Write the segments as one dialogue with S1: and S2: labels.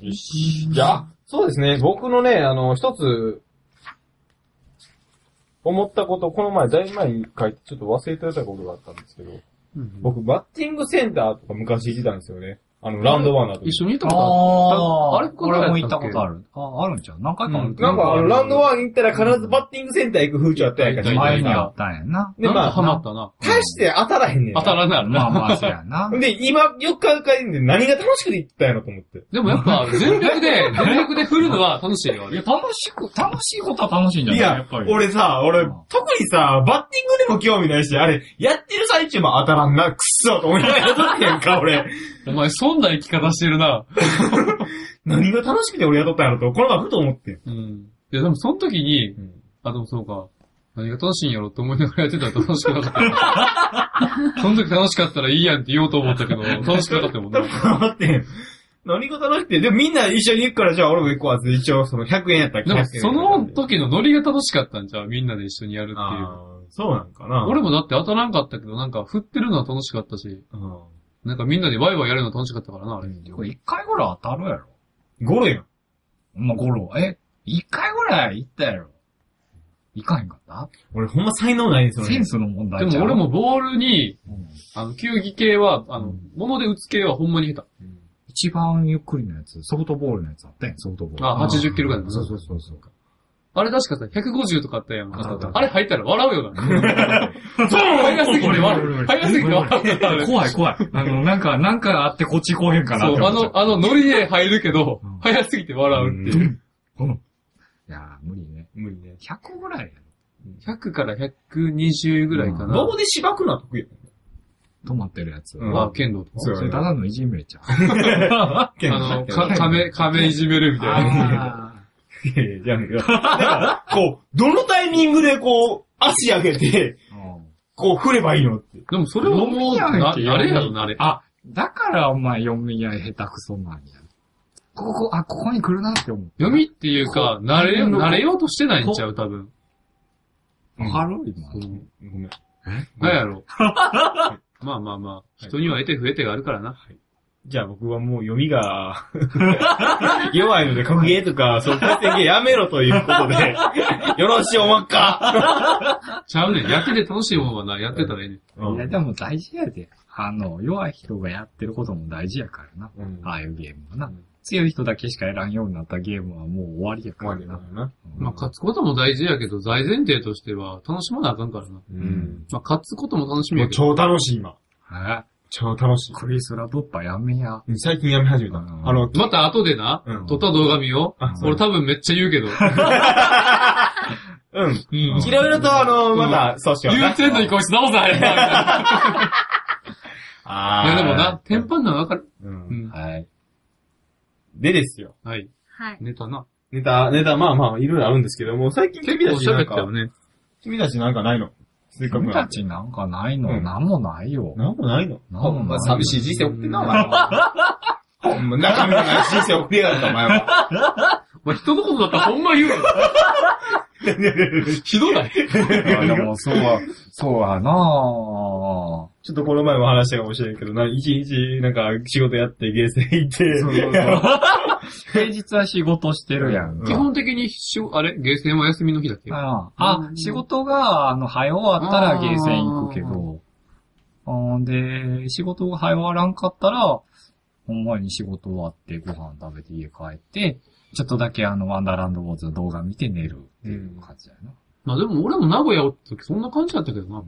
S1: よし。じゃあ、そうですね。僕のね、あの、一つ、思ったこと、この前、だいぶ前に書いて、ちょっと忘れてたことがあったんですけど、僕、バッティングセンターとか昔行ってたんですよね。あの、ラウンドワンだと。
S2: 一緒に行ったことあ
S3: あ
S2: あれ
S3: 俺も行ったことある。あ、あるんちゃう何回かあると
S1: な
S3: 思
S1: ん
S3: う
S1: か、あの、ラウンドワン行ったら必ずバッティングセンター行く風潮あったやんか
S2: うん
S1: ら。
S3: 前にあったんやな。
S2: る。
S1: で、
S2: なんか
S1: ま
S2: ハ
S1: あ、
S2: マったな。
S1: 大して当たらへんねんな。
S2: 当たらない
S3: ま
S2: な。
S3: あまあ、そうやな。
S1: で、今、よく考えてんで何が楽しくて行ったんやろと思って。
S2: でもやっぱ、全力 で、全力で振るのは楽しいよ
S3: い。や、楽しく、楽しいことは楽しいんじゃな
S1: い
S3: いやっ
S1: や
S3: ぱ、り。
S1: 俺さ、俺、特にさ、バッティングでも興味ないし、あれ、やってる最中も当たらんな、くっそと思いながらやっとったやん か、俺。
S2: お前、そんな生き方してるな。
S1: 何が楽しくて俺やっとったんやろと、この前ふと思ってん。
S2: うん。いや、でもその時に、
S1: うん
S2: あ、でもそうか。何が楽しいんやろって思いながらやってたら楽しくなかった。 その時楽しかったらいいやんって言おうと思ったけど、楽しくなかったもんな。
S1: 待ってん。 何が楽しくて、でもみんな一緒に行くから、じゃあ俺も行こうわって、一応その100円やったら
S2: でも、
S1: 500円
S2: その時のノリが楽しかったんじゃうみんなで一緒にやるっていう。
S1: あーそうなんかな。
S2: 俺もだって当たらんかったけど、なんか振ってるのは楽しかったし、
S1: うん、
S2: なんかみんなでワイワイやるの楽しかったからな、あれ。
S3: これ一回ぐらい当たるやろ。
S1: ゴロやん。
S3: まあ、ゴロ。え、一回ぐらい行ったやろ。行かへんかっ
S1: 俺ほんま才能ないんです
S3: た
S1: よ
S3: セ
S1: ね
S3: ン。スの問
S2: で
S3: 題じゃ
S2: も
S3: ん
S2: 俺。もボールに、
S3: うん
S2: あの、球技系は、あの、物で打つ系はほんまに下手。
S3: 一番ゆっくりのやつ、ソフトボールのやつあったやん、ソフトボール。
S2: あ80キロぐらいの
S3: そうそうそうそう。
S2: あれ確かさ、150とかあったやん。
S3: あったあった
S2: あれ入ったら笑うよな。
S1: そう
S2: 早すぎて笑う。早すぎて笑う。あれ
S3: 怖い怖い。あの、なんか、なんかあってこっち来おへんかなって
S2: そう、
S3: 思
S2: あ
S3: っちゃう。
S2: の、あの、ノリで入るけど
S3: うん、
S2: 早すぎて笑うっていう。
S3: うんいやー、無理ね。
S1: 無理ね。
S3: 100ぐらいや
S2: 100から120ぐらいかな。
S1: 棒でしばくのは得意やん。
S3: ろ。止まってるやつ。
S1: うん
S2: まあ、剣道と
S1: そう
S2: か。
S3: それただのいじめちゃう。
S1: 剣さ
S2: あ
S1: っ
S2: の、
S1: き
S2: か亀、亀いじめるみたいな。
S3: あ
S1: いやいや、じゃあね、だから、こう、どのタイミングでこう、足上げて、
S3: ーうん
S1: こう振ればいいのって。
S2: でもそれはもう、
S3: 飲み屋やん
S2: な、
S3: け
S2: なれやろ、なれ。
S3: あ、だからお前読み合い下手くそなんや。ここ、あ、ここに来るなって思う。
S2: 読みっていうか、慣れよ、
S3: こう
S2: 慣れようとしてないんちゃう、多分。
S1: うん
S3: わかる今。
S1: ごめん。
S2: なんやろ。 まあまあまあ、人には得て不得てがあるからな。
S1: じゃあ僕はもう読みが 弱いので格ゲーとか即決的やめろということ で、よろしいおまっか、
S2: ちゃうねん。やってて楽しい方がな、やってたらええねん。
S3: いや、でも大事やで。あの、弱い人がやってることも大事やからな。
S1: うん
S3: ああいうゲームはな。
S1: うん
S3: 強い人だけしかやらんようになったゲームはもう終わりやからな。
S1: な。
S3: うん
S2: まあ、勝つことも大事やけど、大前提としては、楽しまなあかんからな。
S1: うん。
S2: まあ、勝つことも楽し
S1: も
S2: みや
S1: う
S2: け
S1: 超
S2: ど。
S1: 楽しい今。
S3: え
S1: 超楽しい。
S3: クリスラドッパやめや。
S1: うん最近やめ始めた。
S3: うん
S1: あの、
S2: また後でな、
S1: うん
S2: 撮った動画見よ
S1: あ
S2: う。俺多分めっちゃ言うけ ど。
S1: うん。
S2: うん
S1: いろいろとあの、まだ、そうしよう
S2: 言
S1: な
S2: う。てんのにこいつ直さへんなみたいな。
S1: あ
S2: い
S1: ー
S2: やでもな、テンパんのはわかる。
S1: う。
S2: うんん。
S3: はい。
S1: でですよ。
S2: はい。
S4: はい。
S2: ネタな。
S1: ネタ、ネタ、まあまあ、いろいろあるんですけども、最近
S2: 結
S1: 君た
S2: 構
S1: ちな
S2: 喋
S1: ん
S2: ったよ
S1: か、
S2: ね。
S1: 君たちなんかないのせっかく
S3: 君
S1: な
S3: た
S1: んで
S3: ちなんかないの、
S1: うん
S3: なんもないよ。
S1: なんもないの
S3: なんもない
S1: まあ寂しい人生送ってんな、お前
S2: う
S1: は。ほんま、中身のない人生送りやがった、お前は。
S2: お前人のことだったらほんま言うよ。 ひどない。
S3: あでも、そうは、そうはな
S1: ちょっとこの前も話したかもしれんけど、な、一日、なんか、仕事やって、ゲーセン行って、
S3: そうそうそう。平日は仕事してるやん
S1: うん
S2: 基本的にしょ、あれゲーセンは休みの日だっけ
S3: あ
S2: う
S3: あ、
S2: ん
S3: 仕事が、あの、早終わったらゲーセン行くけ
S2: あ
S3: ど、あーで、仕事が早終わらんかったら、ほんまに仕事終わってご飯食べて家帰って、ちょっとだけあの、ワンダーランドウォーズの動画見て寝るっていう感じだよな。
S2: まあでも俺も名古屋おった時そんな感じだったけどな。
S3: うん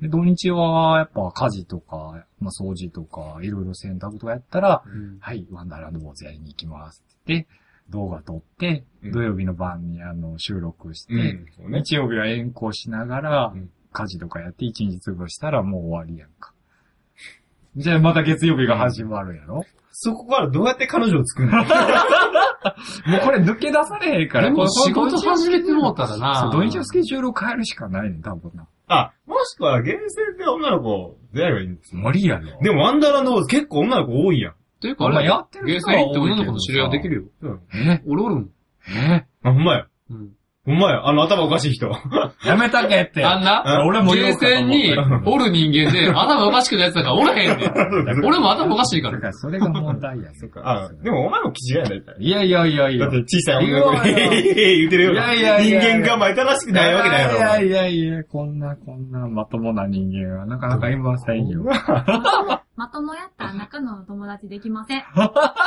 S3: で、土日は、やっぱ家事とか、まあ、掃除とか、いろいろ洗濯とかやったら、
S2: うん
S3: はい、ワンダーランドウォーズやりに行きますって言って、動画撮って、
S1: うん
S3: 土曜日の晩にあの、収録して、
S1: うん、そうね。
S3: 日曜日は遠行しながら
S1: うん、
S3: 家事とかやって一日過ごしたらもう終わりやんか。じゃあまた月曜日が始まるやろ、
S1: そこからどうやって彼女を作るの
S3: もうこれ抜け出されへんか
S2: で
S3: ら、こ
S2: も
S3: の
S2: 仕事始めてもうたら
S3: そ
S2: な
S3: う。土日のスケジュールを変えるしかないねん、多分な。
S1: あ、もしくは、ゲーセンで女の子を出会えばいいんですよ。
S3: 無理やろ。
S1: でも、ワンダーランドウォーズ結構女の子多いやん。
S2: というかあ
S3: まあ
S2: れ、
S3: やって
S2: ゲー
S3: る人
S2: セン
S3: は
S2: 行って女の子の知り合いはできるよ。
S1: うん。
S3: え
S2: 俺おるもん。
S3: え
S1: あ、ほんまや。
S2: うん。
S1: ほんまや、あの頭おかしい人。
S3: やめたけって。
S2: あんな、
S3: 俺も言
S2: ゲー
S3: おうかと
S2: セン
S3: 思っ
S2: に
S3: た
S2: おる人間 で頭おかしくないやつだからおらへんねん。俺も頭おかしいか
S3: だ
S2: ら。
S3: からそれが問題 やね。
S1: あ、でもお前も気違いだよ。
S3: いやいやいやい
S1: だ
S3: や
S1: っ。て小さい女の子に、
S3: いやいや
S1: へへへ 言うてるような。
S3: いやいやいや
S1: 人間がたらしくないわけだよ。
S3: いやいやいや、こんな、こんなまともな人間は、なかなかいませんよ。
S4: まともやったら中野の友達できません。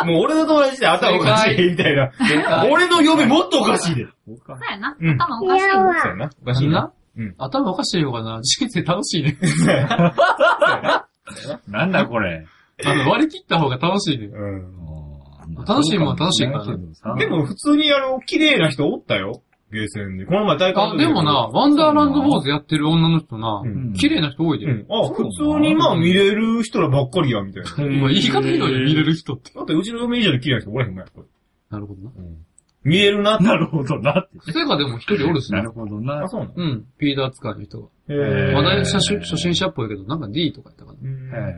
S1: もう俺の友達で頭おかしいみたいな。俺の嫁もっとおかしいで。
S3: おか
S4: そうやな。
S1: うん
S4: 頭おかしいよ。
S1: そうやな。おか
S2: あ
S1: しい
S2: ん
S1: な。
S2: な
S1: うん
S2: 頭おかしいのかな人生楽し いね。
S3: なんだこれ。
S2: あの、割り切った方が楽しいね。
S1: うん。
S2: 楽しいもんは楽しいから
S3: けどさ。
S1: でも普通にあの、綺麗な人おったよ。ゲーセンで。この前大会
S2: あ、でもな、、ワンダーランド坊主やってる女の人な
S1: う、ん
S3: うん、
S2: 綺麗な人多いで。
S1: うん。あ、普通にまあ見れる人らばっかりや、みたいな。
S3: へー
S2: 今言い方ひどいよ、見れる人って。
S1: だってうちの嫁以上に綺麗な人おらへんもんやっぱり。
S2: なるほどな。
S1: 見えるなって。
S3: なるほどなって。
S2: それかでも一人おるし
S3: な
S2: な
S3: る。ほどな
S1: あ、。そうなの
S2: うん、ピーダー使いの人が。
S3: へー
S2: まだ
S1: へ
S2: 初心初心者っぽいけど、なんか D とか言ったかな。
S3: へ
S1: ー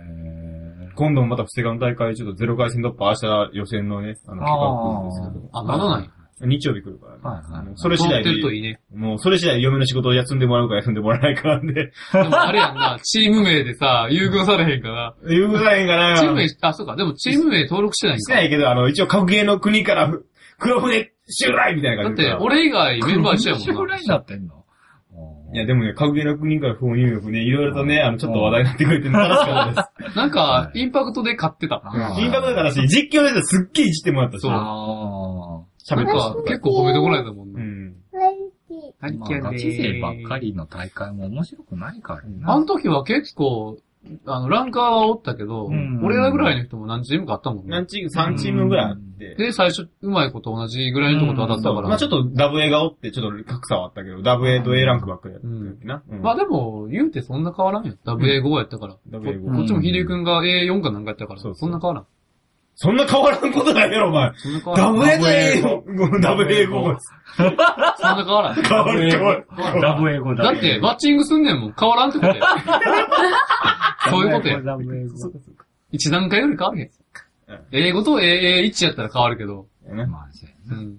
S3: ー
S1: 今度もまた不正解の大会、ちょっとゼロ回戦突破、明日予選のね、あの、企画来るんですけど。
S2: あ、まだない。
S1: 日曜日来るからね。
S3: はいはい
S1: あのそれ次第
S2: 通ってるとい
S1: で、
S2: いね。
S1: もうそれ次第で嫁の仕事を休んでもらうか休んでもらえないかなんで、
S2: でもあれやんな、チーム名でさ、優遇されへんから。
S1: 言うぐらいんかな。
S2: チーム名、あ、そうか、でもチーム名登録してないん
S1: して
S2: か。
S1: ないけど、あの、一応格ゲーの国からふ、黒船襲来みたいな
S2: だ
S1: 感
S2: っ
S1: じで。
S2: て、俺以外メンバー一緒
S3: 一緒
S2: やも
S3: ぐ
S2: ん
S3: ら
S2: な。
S3: いになってんの
S1: いや、でもね、格ゲーの国から不法入力ね、いろいろとね、あの、ちょっと話題になってくれて楽しかったです。
S2: なんか、インパクトで買ってた。
S3: あー
S1: インパクトだからし、実況ですっげえいじってもらったし、
S2: そう
S3: あ
S2: な
S1: 喋
S2: ん
S1: ってもら
S2: か
S1: っ、
S2: 結構褒めてこられたもん
S1: た。う
S2: な。
S1: ん。
S3: あ。まあ、ガチ勢ばっかりの大会も面白くないから
S2: あ
S3: な
S2: の。時は結構、あの、ランカーはおったけど
S3: うん、
S2: 俺らぐらいの人も何チームかあったもんね
S1: 何。チーム、3チームぐらいあって。
S2: で、最初、うまいこと同じぐらいのとこと当たった
S1: そ
S2: か
S1: う
S2: ら。
S1: まあちょっとダブ A がおって、ちょっと格差はあったけど、ダブ A と A ランクばっかりやった時な。うん
S2: まあでも、言うてそんな変わらんよ。WA5 やったから。
S1: ダブ A
S3: うん
S2: こっちもヒデ君が A4 かなんかやったから、
S1: そうそう
S2: そんな変わらん。
S1: そんな変わらんことないやろ、お前。
S2: そんな変わら
S1: ダ
S2: ん。
S1: ブ A と A 語。ダブ A 語。
S2: そんな変わらん。
S1: 変わる変わる。
S3: ダブ英語
S2: だって、バッチングすんねんもん。変わらんって ことや。そういうことや。
S3: ダブ英語。
S2: 一段階より変わる
S1: う
S2: へん
S1: ん。
S2: 英語と AA1 やったら変わるけど。
S1: ね
S3: まあ、そうや
S2: う。
S3: なん
S1: も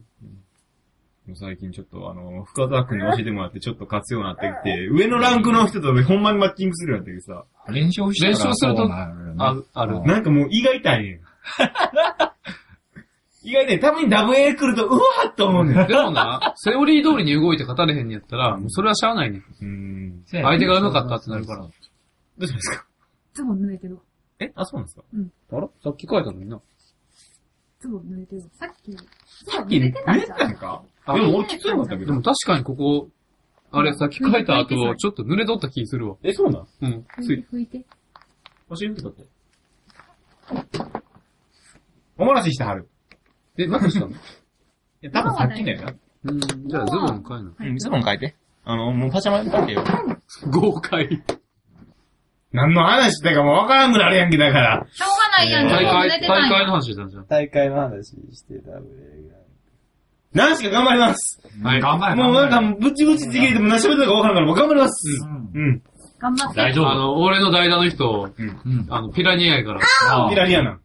S1: う最近ちょっとあの、深沢くんに教えてもらってちょっと勝つようになってき て、上のランクの人とほんまにマッチングするようになってきてさ、
S3: 連勝したら
S2: 連勝すると
S3: そうなるよね
S2: あ、ある。
S1: なんかもう胃が痛いねん。意外ね、たまにダブ A 来ると、うわーっと思うねん。
S2: でもな、セオリー通りに動いて語れへんやったら、もうそれはしゃあないねん。
S1: うん。
S3: せやね
S2: 相手が上手かったってなるから。。
S1: どうしたんですか
S4: ズボン濡れてるわ。
S1: えあ、そうなんですか
S2: あらさっき書いたのにな。
S4: ズボン濡れてるわ。さっき、ズボン
S1: 寝
S4: 濡れ
S1: て
S4: て
S1: た
S4: たんじゃ
S1: ん
S4: ん。
S1: かで
S2: あ
S1: も俺きついんだったけ
S2: で
S1: ど
S2: も。確かにここ、あれさっき書いた後、ちょっと濡れとった気するわ。
S1: え、そうなん
S2: うん。
S4: 拭いて、拭いて。
S1: 教えてだって。おもらししてはる。
S2: え、何したの
S1: いや、多分さっきのやな。
S2: うん。じゃあズボン買えな。
S1: うん、ズボン変えて。あの、もうパジャマで書いてよ。
S2: 豪快。
S1: 何の話だかもうわからんくなるやんけ、だから。
S4: しょうがないやん、ズ
S2: 大
S4: ボン濡れ
S2: 会、
S4: てた
S2: 大
S4: んや
S2: 会の話してたんじゃん。
S5: 大会の話してたぐ
S1: 何しか頑張ります。
S2: はい。
S3: 頑張れ。
S1: もうなんか、ぶっちぶちちぎれても何しゃべったかわからんから、もう頑張ります。
S3: うん
S1: うん。
S4: 頑張って。
S3: 大丈
S2: あの、俺の代打の人、
S3: うん。
S2: あの、ピラニアやから、
S3: あ
S1: ピラリアな。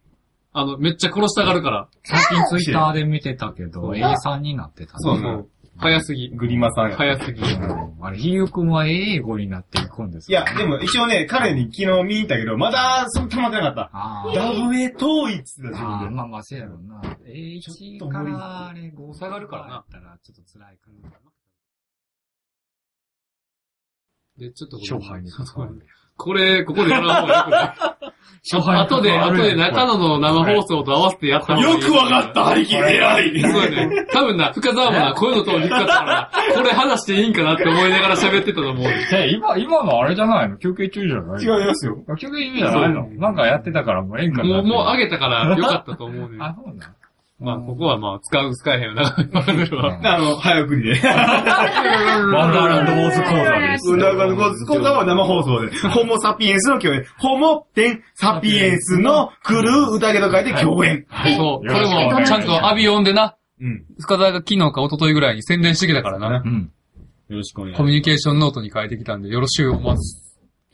S2: あの、めっちゃ殺したがるから、
S3: 最近ツイッターで見てたけど、A さんになってたね
S1: そう
S2: も
S1: な
S2: う早すぎ。
S1: グリマさんや。
S2: 早すぎ。
S3: うんあれ、ひゆくんは A 語になっていくんです
S1: い
S3: か
S1: や、で、も一応ね、彼に昨日見に行ったけど、まだ、その溜まってなか
S3: あ
S1: った。
S3: ー
S1: ダブエ統一だ、自
S3: あー、
S1: 分で。
S3: まあまあ、せやろうな。A1
S1: ちょっと
S3: か
S1: 無理
S3: ら、あれ、5
S2: 下がるからな
S3: ったら、ちょっと辛いかな。
S2: で、ちょっとこれ
S3: 勝敗に関わる。
S2: これ、ここでやらん方がよくない
S3: 勝敗
S2: あとで、あとで中野の生放送と合わせてやった方がいい
S1: よくわかった、ハリキン偉い。
S2: そうやね。多分な、深沢もな、こういうのと引っかかったからな、これ話していいんかなって思いながら喋ってたと思う。
S3: え、今、今のあれじゃないの休憩中じゃない
S1: 違いますよ。
S3: う。休憩中じゃないのなんかやってたからもう演歌に
S2: も
S3: な
S2: う、
S3: ってる
S2: もう上げたからよかったと思うね。
S3: あ、そう な
S2: まあ、ここはまあ、使う、使えへんよな。今までは。
S1: あの、早送りで。
S3: の。ワンダーランドウォーズ講座です。
S1: なんか、こう、今回は生放送で、 ホモサピエンスの共演、ホモ点サピエンスの来る宴と書いて共演。
S2: そう。それも、ちゃんとアビオンでな、
S1: うん。
S2: 深沢が昨日か一昨日ぐらいに宣伝してきたからな。
S3: うん。
S1: よろしくお願い
S2: コミュニケーションノートに変えてきたんで、よろしゅうお待つ。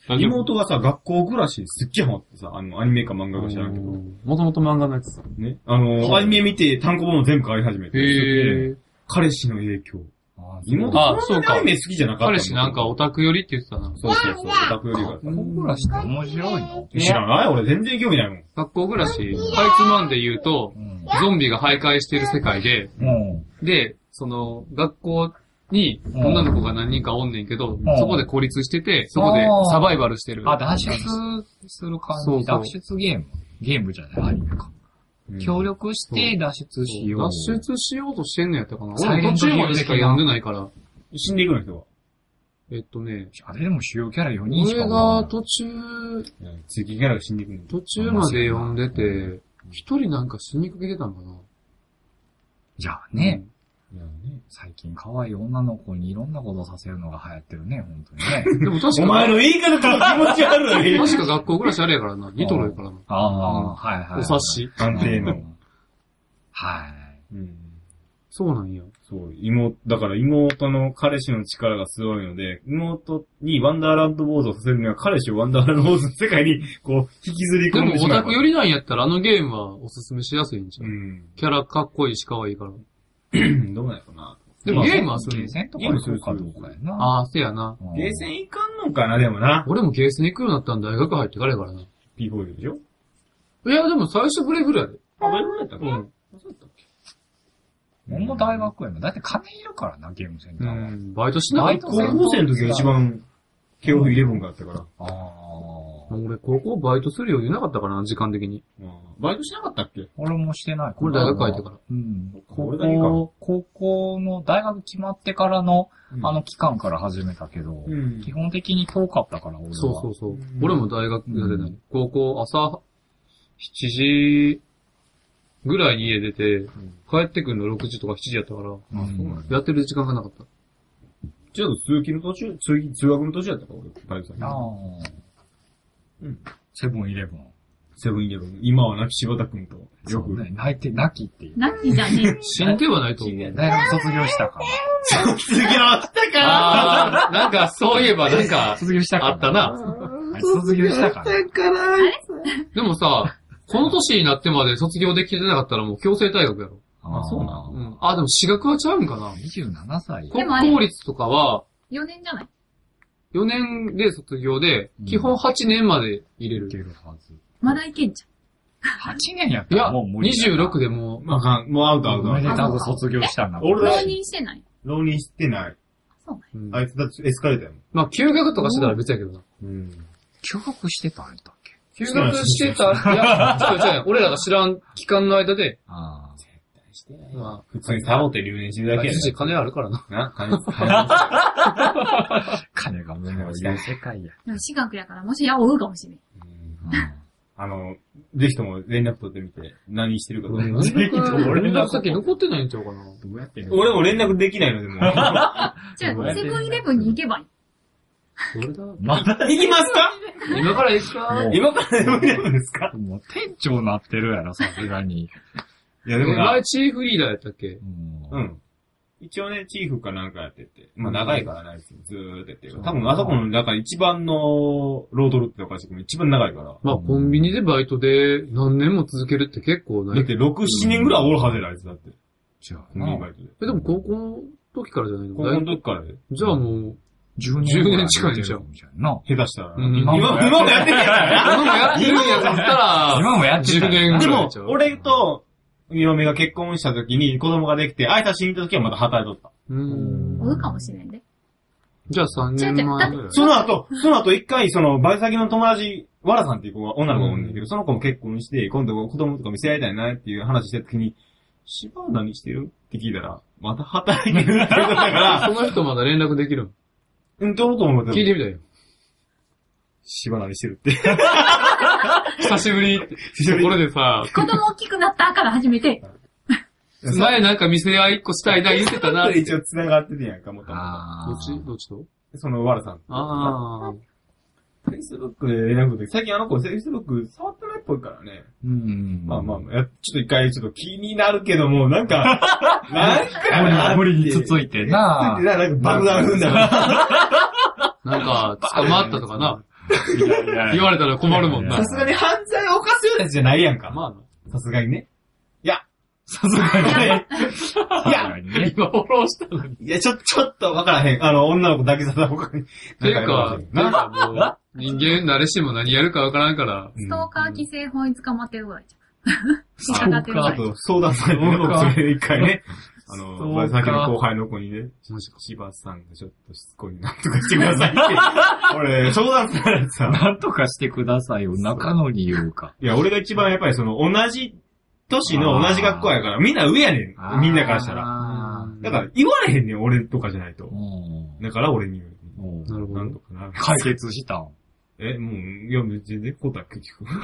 S1: 妹がさ、学校暮らしにすっげえハマってさ、あの、アニメか漫画か知らんけど、
S2: もともと漫画のやつ。
S1: ね。あの、アニメ見て単行本を全部買い始めて。
S2: へ
S1: 彼氏の影響。
S3: あ
S1: 妹
S2: あ
S1: そんなにアニメ好きじゃなかったの
S2: 彼氏なんかオタク寄りって言ってたな。
S1: そうそうそう、オタクよりが
S3: そう僕らして面白いの
S1: 知らない俺全然興味ないもん。
S2: 学校暮らし、かいつまんで言うと、
S3: うん。
S2: ゾンビが徘徊してる世界で、
S3: うん。
S2: で、その、学校に女の子が何人かおんねんけど、そこで孤立してて、そこでサバイバルしてる。
S3: あ、脱出する感じ。
S2: そうそう
S3: 脱出ゲームゲームじゃない、アニメか。
S1: うん
S3: 協力して脱出しよう。
S2: 脱出しようとしてんのやったかな
S3: サイレ
S2: 俺
S3: ン
S2: 途
S3: ト
S2: 中までしか読んでないから。
S1: 死んでいくの人は。
S2: えっとね、
S3: あれでも主要キャラ4人しか
S2: 俺
S3: おらん
S2: が途中、
S1: 次から死んでいくの。
S2: 途中まで読んでて、一人なんか死にかけてたんかな
S3: じゃあね、
S1: うん
S3: 最近可愛い女の子にいろんなことをさせるのが流行ってるね、本当にね。
S2: でも確
S1: お前
S2: か、
S1: の言い方から気持ち悪い。
S2: 確か学校暮らしあれやからな。ニトロやからな。
S3: ああ、はいはいはい。
S2: お察し。
S1: 探偵
S3: う
S1: の。
S3: ん。はい。
S1: うん
S2: そうなんや。
S1: そう、妹、だから妹の彼氏の力がすごいので、妹にワンダーランド坊主をさせるには、彼氏をワンダーランド坊主の世界に、こう、引きずり
S2: で
S1: 込ん
S2: も
S1: でし
S2: オ
S1: まえ
S2: タ
S1: ば
S2: ク寄りなんやったらあのゲームはおすすめしやすいんじゃ ん。
S1: う
S2: キャラかっこいいし可愛いから。
S1: ん。どうなんやろな。
S2: でも
S1: まあ
S2: ゲームはす
S3: ゲ
S2: る
S3: ー。センとか行こうかどうかやな。
S2: ああ、せやな。
S3: うん
S1: ゲーセンいかんのかな、でもな。
S2: 俺もゲーセン行くようになったん大学入ってからやからな。い
S1: P4 でしょ
S2: や、でも最初ブレイブルやで。
S1: あ、どうやったっけ
S2: うん。
S1: そうだったっけ
S3: 俺も大学やもん。だって金いるからな、ゲームセンターは。
S2: バイトしなかった。
S3: バイト
S1: 高校生の時が一番、KOF イレブンがあったから。
S3: ああ。
S2: 俺高校バイトする余裕なかったからな、時間的に。
S1: バイトしなかったっけ
S3: 俺もしてない。
S2: 俺大学入ってから。
S3: うん。高
S1: 俺だけか
S3: 校、高校の大学決まってからの、
S1: うん
S3: あの期間から始めたけど、
S1: うん
S3: 基本的に遠かったから、俺は。
S2: そうそうそう。
S1: うん
S2: 俺も大学やれな
S3: う
S2: い。高校朝7時ぐらいに家出て、帰ってくるの6時とか7時やったから、
S3: うん。
S1: あそうなんや
S2: やってる時間がなかった。
S1: ちょっと通勤の途中、通勤、通学の途中やったか、俺、バイト先。
S3: ああ。
S1: うん。
S3: セブンイレブン。
S1: セブンイレブン。今は亡き柴田くんと、よ
S3: そう
S1: く。
S3: ね。泣いて、泣きっていう。
S4: なきじゃね
S2: 死んではないと思う。
S3: 大学卒業したから。
S1: 卒業した
S2: ああ、なんかそういえばなんか、
S3: 卒業したから。
S2: あったな。
S3: あれ卒業したから。
S2: でもさ、この年になってまで卒業できてなかったらもう強制退学やろ。
S1: あそうな
S3: の
S2: うん。あ、でも私学はちゃうんかな。
S3: ?27 歳。
S4: でもあれ
S2: 国公立とかは、
S4: え。4年じゃない
S2: 4年で卒業で
S3: う、ん
S2: 基本8年まで入れ
S3: い
S2: る。
S3: けるはず。
S4: まだいけんじ
S3: 8年やっ
S2: い
S3: た
S2: や、
S3: らもう無理。
S2: 26。でも
S1: まああかん、もうアウトアウト
S3: お
S1: ア
S3: め
S1: ウ
S3: で
S1: ト。
S3: たく卒業したんだ。
S4: ゃん。
S1: 俺だ
S4: 浪人してない。
S1: 浪人してない。
S4: そうなんや
S2: う、うん
S1: あいつだってエスカレーターやもん。
S2: まあ休学とかしてたら別やけどな。
S1: うん。
S3: 休学してたんやったっけ
S2: 休学し てた、いや、違う違う、俺らが知らん期間の間で、
S3: ああ。
S2: ま
S1: 普通にサボって留年してる
S2: あ、
S1: だけや
S2: 父金あるからな。
S1: な。な、金、金。
S3: 金がものを言う世界や。
S4: でも私学やから、もしや追うかもしれん。
S1: うん
S3: う
S1: あの、ぜひとも連絡取ってみて、何してるかと
S2: 連
S1: 思って。
S2: 絡、連絡先残ってないんちゃう かな。
S3: ん。どうやって
S1: 俺も連絡できないので、 もう。
S4: じゃあ、セブンイレブンに行けばいい。
S2: それだ。
S3: まだ、
S1: 行きますか
S2: 今から行くか
S1: 今からでもいいんですか
S3: もう店長なってるやろ、さすがに。
S1: いや、でもな
S2: 前、チーフリーダーやったっけ
S1: う。
S3: うん
S1: 一応ね、チーフかなんかやってて。まあ長いからな、ずーっとやってるから。多分あそこの中一番のロードルっておかしくも一番長いから。
S2: まあコンビニでバイトで何年も続けるって結構な
S1: だっ
S2: い。
S1: て6、7年ぐらいおるはずやで、あいつだって。
S3: じゃあ
S1: コンビニバイトで。
S2: え、でも高校の時からじゃないの
S1: 高校の時からで。
S2: じゃあ もう、
S3: 10
S2: 年
S3: 年
S2: ぐ
S3: ぐ
S2: ら
S3: ら
S2: い
S3: い
S2: 近いんちゃう
S3: みたいな。
S1: 下手したら。
S2: うん
S1: 今も今もやってるから
S2: 今もやってるんやとったら、
S3: 今もやってた
S2: 10年
S1: な。で
S2: ぐらい
S1: も
S2: やっちゃう、
S1: 俺、と、嫁が結婚した時に子供ができて、挨拶しに行った時はまだ働いとっ
S2: うん。
S4: 追うかもしれんで。
S2: じゃあ3年前ぐらい
S1: た。。その後、その後一回、その、バイト先の友達、わらさんっていう子が、女の子がおるんだけど、その子も結婚して、今度子供とか見せられたいなっていう話した時に、芝は何してるって聞いたら、また働いてるってことだから、
S2: その人まだ連絡できる
S1: うん、どうと思っ
S2: の
S1: た
S2: 聞い
S1: ら、
S2: てみたよ。
S1: 芝何してるって。
S2: 久しぶりって。これでさ、
S4: 子供大きくなったから始めて、
S2: 前なんか店合いっこしたいな言ってたな。
S1: そ
S2: ど
S1: れ
S2: っ
S1: 一応繋がってるやんか、もとも
S3: ああ。
S2: ちどっちと
S1: と。その、わらさん。
S2: ああ。
S1: フェイスブックで連絡取って、最近あの子、フェイスブック触ってないっぽいからね。
S3: うん。
S1: まあまあまあ、やちょっと一回、ちょっと気になるけども、なん か、なんかな、
S3: 無理につついてな
S1: つついてななんか爆弾踏んだから。
S2: なんか、捕まったとかな。言われたら 困るもんな
S1: さ。すがに犯罪を犯すようなやつじゃないやんか。
S2: まあな。
S1: さすがにね。いや、
S2: さ
S3: さすがにね。
S1: い
S3: さす
S1: や、
S3: がにね。
S6: 今フォローしたのに。
S1: いや、ちょ、ちょっとわからへん。あの、女の子だけじゃなくに。
S2: ていうか、な
S1: なんんか、
S2: かもう、人間慣れしても何やるかわからんから、
S1: うん
S4: ストーカー規制法に捕まってるぐらいじ
S1: スト
S4: ゃん。引っかかってるぐ
S1: あ
S4: らい。
S1: と、相談されるのをそれで一回ね。あ
S3: ストー
S1: の、
S3: カー
S1: 前先の後輩の子にね、
S2: マジか。
S1: 柴さんがちょっとしつこいなんとかしてくださいって。俺、相談されてさ。
S3: なんとかしてくださいよ。中野に言うか。
S1: いや、俺が一番やっぱりその、同じ年の同じ学校やから、みんな上やねん。みんなからしたら。
S3: ら
S1: だから、言われへんねん、俺とかじゃないと。だから俺に言う。
S2: なるほ
S1: なんと。
S2: ど
S1: かな。
S3: 解決したん。
S1: え、もう、いや、全然答え聞く。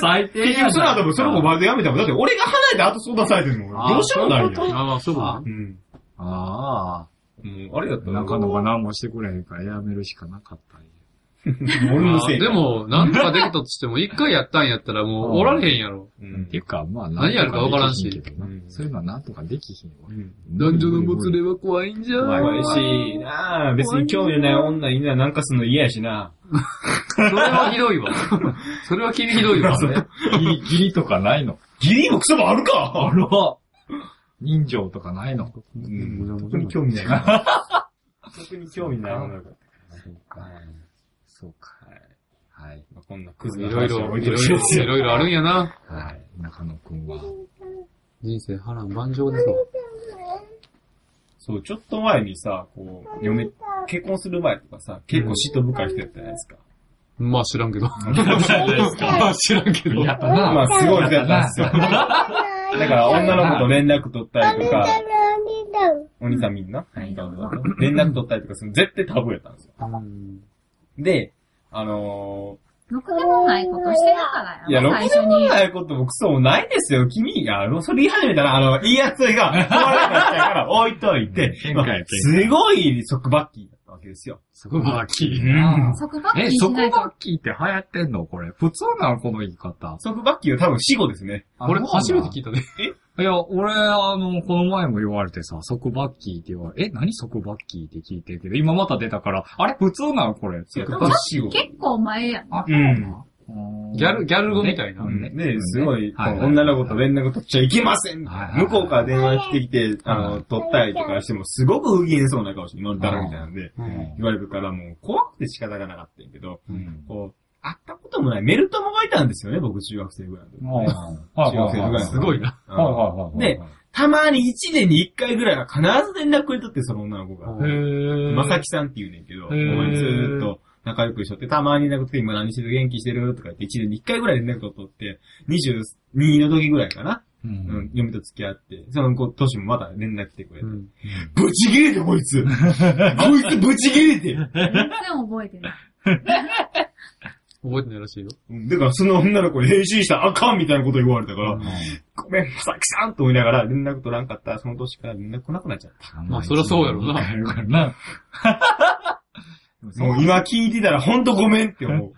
S3: 最低
S1: 結局、その後も、その子バイト辞めたもん。だって、俺が離れて後相談されてるも
S3: あー
S1: ん。どうしようもないやん。
S2: ああ、そうだね。
S1: うん。
S3: あ
S1: もう、あれだっ
S3: あ、
S1: たら、
S3: 中野が何もしてくれへんからやめるしかなかったんや。
S1: 俺の
S2: まあ
S1: せい。
S2: で、も、なんとかできたとしても、一回やったんやったらもう、おられへんやろ。
S1: う
S3: っ
S1: ん
S3: てい。うか、まあ、
S2: 何やるか分からんし
S3: なとできひんけどな
S1: うん
S3: そういうのはなんとかできひんわ。
S2: 男女のもつれは怖いんじゃ
S1: 怖
S2: ー。
S1: いし、なあ、別に興味のない女にな、なんかすんの嫌やしな。
S2: それはひどいわ。それは君ひどい わ。
S3: ギリ、ギリとかないの。
S1: ギリもクソもあるか
S3: ら人情とかないの。
S1: うん特に興味ないな。特に興味ない女の子。
S3: そうか。そうか。はい。
S1: まあこんなクズ
S2: い
S1: な
S2: ろい
S1: 話は
S2: ろ、
S1: 置い
S2: い
S1: と
S2: ろ
S1: い
S2: い
S1: て
S2: ろ
S1: で、す
S2: い
S1: よ。
S2: ろいろあるんやな。
S3: はい。中野くんは。
S2: 人生波乱万丈ですわ。
S1: そう、ちょっと前にさ、こう、嫁、結婚する前とかさ、結構嫉妬深い人やったじゃないですか。
S2: まあ知らんけど。知らんけど。
S3: やったな。
S1: まあ、すごい人やったんですよ。だから、女の子と連絡取ったりとか、お兄さんみんな
S4: はいどうぞ
S1: 連絡取ったりとかするの絶対タブーやったんですよ。で、あの
S4: ろくでもないことしてるから
S1: ー、いや、ろく
S4: 最
S1: で
S4: 初
S1: も
S4: に。
S1: ないこともクソもないですよ。君が、もうそれ言い始めたら、あの、いいやつが、終わらなかったから置いといて
S3: 喧嘩、や
S1: まあ
S3: 喧嘩
S1: すごい束縛期だったわけですよ。
S2: そこはキー。
S1: うん
S4: 束縛
S3: え、
S4: に
S3: そ
S4: し
S3: こ
S4: ないと。
S3: バッキーって流行ってんのこれ。普通なんこの言い方。
S1: 束縛期は多分死後ですね。
S2: 俺初めて
S3: い
S2: 聞いたね。
S3: た。いや、俺、あの、この前も言われてさ、束縛キーって言われ、え、何束縛キーって聞いてるけど、今また出たから、あれ普通なんこれ。
S1: 束
S4: 束
S1: 縛
S4: 縛
S1: 死後。
S4: 結構前やん。
S3: あ、
S1: うん
S3: そうなん。
S2: ギャル、ギャル語みたいな
S3: う。んね
S1: ね、すごい、こ
S3: はいはいう
S1: 女の子と連絡取っちゃいけません
S3: はいはい
S1: 向こうから電話してきて、あの、取ったりとかしても、すごく不機嫌そうな顔して、今のだらみたいなんで、
S3: うん
S1: 言われるからもう怖くて仕方がなかったんやけど、
S3: うん。
S1: こう、会ったこともないメル友がいたんですよね、僕中学生ぐらいの時。
S3: もう、はいはいはい。
S2: すごいな。
S1: うん
S3: はいはいはい。
S1: で、たまに1年に1回ぐらいは必ず連絡くれとって、その女の子が。
S3: へー。
S1: まさきさんって言うねんけど、お
S3: ー
S1: 前ずーっと仲良くしとって、たまに連絡取って今何してる元気してるとか言って、1年に1回ぐらい連絡を取って、22の時ぐらいかな。
S3: う
S1: うん
S3: ん。、
S1: 嫁と付き合って、その子、年もまた連絡来てくれて。
S2: うん
S1: ぶち切れて、こい つこいつぶち切れて
S4: 全然覚えてない。
S2: 覚えてないらしいよ。
S1: うんだから、その女の子に返信したらあかんみたいなこと言われたから、ごめん、まさきさんと思いながら連絡取らんかったら、その年から連絡来なくなっちゃっ
S2: まあそりゃそうやろな
S3: やるからな。
S1: た。もう今聞いてたら、ほんとごめんって思う。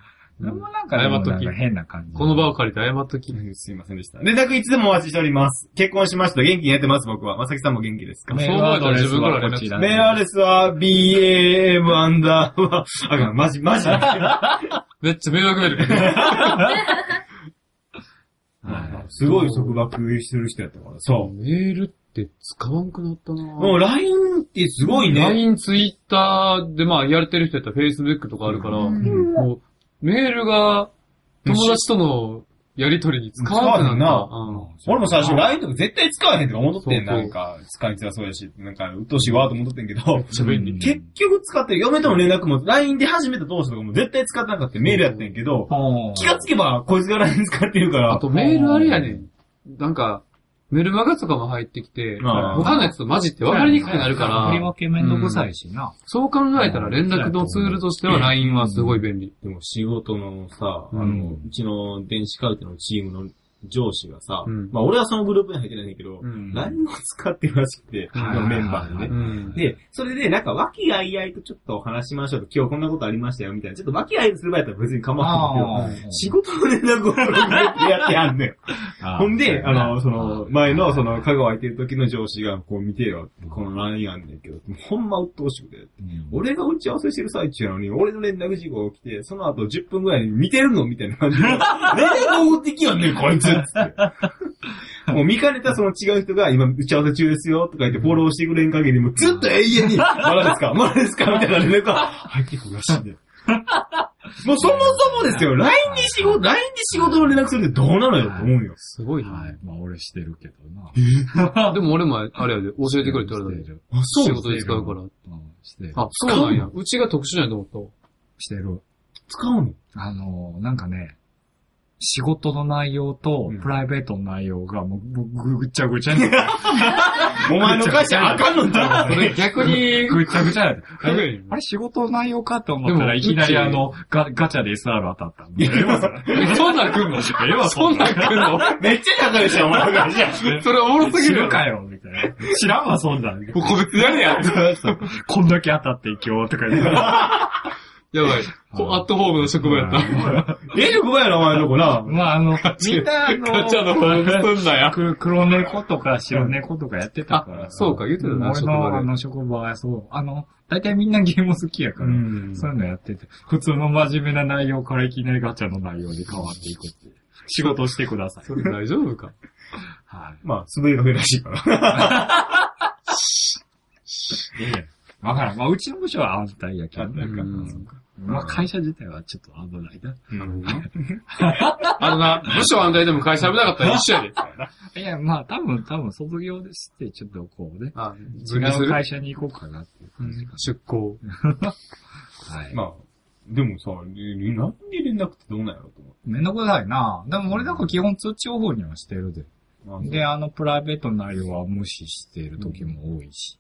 S3: でもなんか、でもなんか変な感じ。
S2: この場を借りて謝っとき。
S1: うんすいませんでした。連絡いつでもお待ちしております。結婚しました。元気にやってます、僕は。まさきさんも元気ですか
S3: メールアドレスはこちら
S1: メールアドレスは、bam, アンダーバー、あ、マジ、 マジ。
S2: めっちゃ迷惑メール来る。
S1: すごい束縛してる人やったからさ。
S2: メールって使わんくなったな
S1: もう LINE ってすごいね。
S2: LINE、Twitter でまあやれてる人やったら Facebook とかあるから、
S4: うん
S2: もうメールが友達とのやりとりに使わんくなった。
S1: 使
S2: うん
S1: 俺も最初 LINE とか絶対使わへんとか戻ってん
S2: そうそう
S1: なんか、使いづらそうやし、なんか、うっとうしいわーと思っとってんけど、
S2: 喋りに
S3: うん
S1: 結局使ってる。嫁との連絡も LINE で始めた当初とかも絶対使ってなかったメールやってんけど、
S3: ほう
S1: 気がつけばこいつが LINE 使ってるか
S2: あ
S1: ら、
S2: とメールあれやねん。なんか、メルマガとかも入ってきて、
S1: ああ
S2: 他のやつと混じって分かりにくくなるか
S3: 振り
S2: ら、
S3: 分けめんどくさいしな。
S2: そう考えたら連絡のツールとしては LINE はすごい便利。
S1: でも仕事のさ、あ
S2: うん
S1: の、うちの電子カルテのチームの上司がさ、
S2: うん
S1: まあ俺はそのグループに入ってないんだけど、
S2: うん。
S1: LINE を使ってるらしくて、
S3: はい
S1: のメンバーでね。
S3: はい
S2: うん。
S1: で、それで、なんか、和気あいあいとちょっとお話しましょうと、今日こんなことありましたよ、みたいな。ちょっと和気あいする場合やったら別に構わない
S3: あ
S1: けど、仕事の連絡をやってやんねん。ほんで、あの、その、前の、その、香川行ってる時の上司が、こう見てよ、この LINE あんねんけど、ほんま鬱陶しくて。俺が打ち合わせしてる最中なのに、俺の連絡事項起きて、その後10分ぐらいに見てるのみたいな感じで、連絡送ってきよんねん、こいつっつって。もう見かねたその違う人が、今打ち合わせ中ですよ、とか言ってフォローしてくれん限り、もうずっと永遠に、まだですかまだですかみたいな連絡が入ってくるらしいんだよ。もうそもそもですよ、LINE で仕事、LINE で仕事の連絡するってどうなのよと思うよ。
S2: すごいね。
S3: はい。まあ、俺してるけどな。
S2: でも俺もあれやで、教えてくれって言われた
S3: して
S2: で。
S3: る。
S1: あ、そ
S2: 仕
S1: う
S2: 事で使うから。
S3: うん、してる。
S2: あ、そうなんや。うちが特殊なんやと思っ
S3: してる。
S1: 使うの
S3: あのー、なんかね、仕事の内容と
S1: うん
S3: プライベートの内容がもうぐぐぐっちゃぐちゃに。ぐ
S1: お前の会社あかんのんちゃう
S2: た。
S1: の
S2: それ逆に、
S3: っちゃぐちゃやで。
S2: あれ
S3: あれ仕事の内容かと思った
S2: でも
S3: らいきな
S2: うち
S3: りあの、ガガチャで SR 当たったんで。ええわ、それ。
S2: そんなん来んの
S3: ええわ、
S2: そんなん来んの
S1: めっちゃ仲良しや、お前の会社。
S2: それおもろすぎ
S3: 知
S2: る
S3: る
S2: やろ。
S3: かよ、みたいな。知らんわ、そんなん。
S1: もう個別やれや。
S3: こんだけ当たって今日とか言って。
S2: やばい。こアットホームの職場やった。
S1: ええ職場やな、お前のとこな。
S3: まあ、あ の、みんなあ
S2: ガチャのホームすんなや。
S3: く黒猫とか白猫とかやってたから。
S2: あそうか言ってたな
S3: うん俺
S2: 職場で
S3: のあの職場はそう。あの、大体みんなゲーム好きやから。
S1: ん
S3: そういうのやってて。普通の真面目な内容からいきなりガチャの内容に変わっていくっていう。仕事してください。
S2: それ大丈夫か
S3: はい。
S1: まあ、滑りが増えらしいから。
S3: わからん。まあ、うちの部署は安泰やけどね。
S2: うん
S3: まあ、会社自体はちょっと危ない
S2: な
S3: な。
S2: るほどな。あのな、部署安泰でも会社危なかったら一緒やで。
S3: いや、まあ、多分、多分、卒業して、ちょっとこうね、
S2: あ、
S3: 違
S2: 分離す
S3: う
S2: る
S3: 会社に行こうかなっていう感じか
S2: 出向。
S3: な。はい。
S1: まあ、でもさ、なんで連絡ってどうなんやろと思
S3: めんどくさいな。でも俺なんか基本通知方法にはしてるで。
S1: って。
S3: で、あの、プライベートの内容は無視してる時も多いし。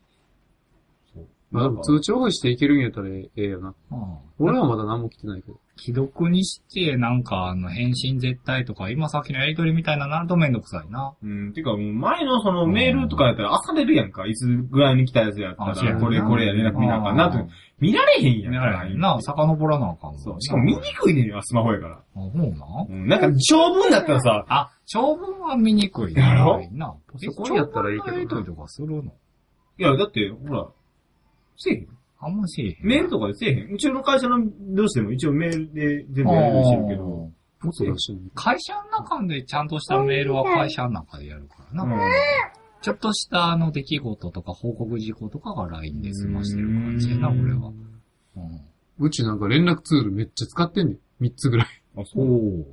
S2: まあでも通知オフしていけるんやったらええよな。
S3: まあ
S2: 俺はまだ何も来てないけど。
S3: 既読にして、なんか、あの、返信絶対とか、今さっきのやりとりみたいなのなるとめんどくさいな。
S1: うん、てか、もう前のそのメールとかやったら、朝出るやんか。いつぐらいに来たやつやった
S3: あそうや
S1: ら、
S3: な
S1: これこれや連絡見なあかんなと
S3: あ。
S1: 見られへん
S3: ー
S1: やん
S3: 見
S1: か。
S3: られへんな、遡らなあかんもんな
S1: そう。しかも見にくいねんよ、スマホやから。
S3: あ、ほうな。
S1: うん、なんか、長文だったらさ、
S3: あ、長文は見にくい。
S1: やろ
S3: な。パ
S2: ソコンやったらいいけどな
S3: やりとりとかするの
S1: いや、だって、ほら、せえへん。
S3: あんまし。
S1: メールとかでせえへん。うちの会社のどうしても一応メールで全部やるようにしてるけど。
S3: あー。もっと
S2: そうだしいね。
S3: 会社の中でちゃんとしたメールは会社の中でやるからな。ちょっとしたあの出来事とか報告事項とかが LINE で済ましてる感じやな、
S1: う
S3: 俺
S1: ん
S3: は。うん。
S2: うちなんか連絡ツールめっちゃ使ってんねん。3つぐらい。
S1: うん。あ、そう。
S3: お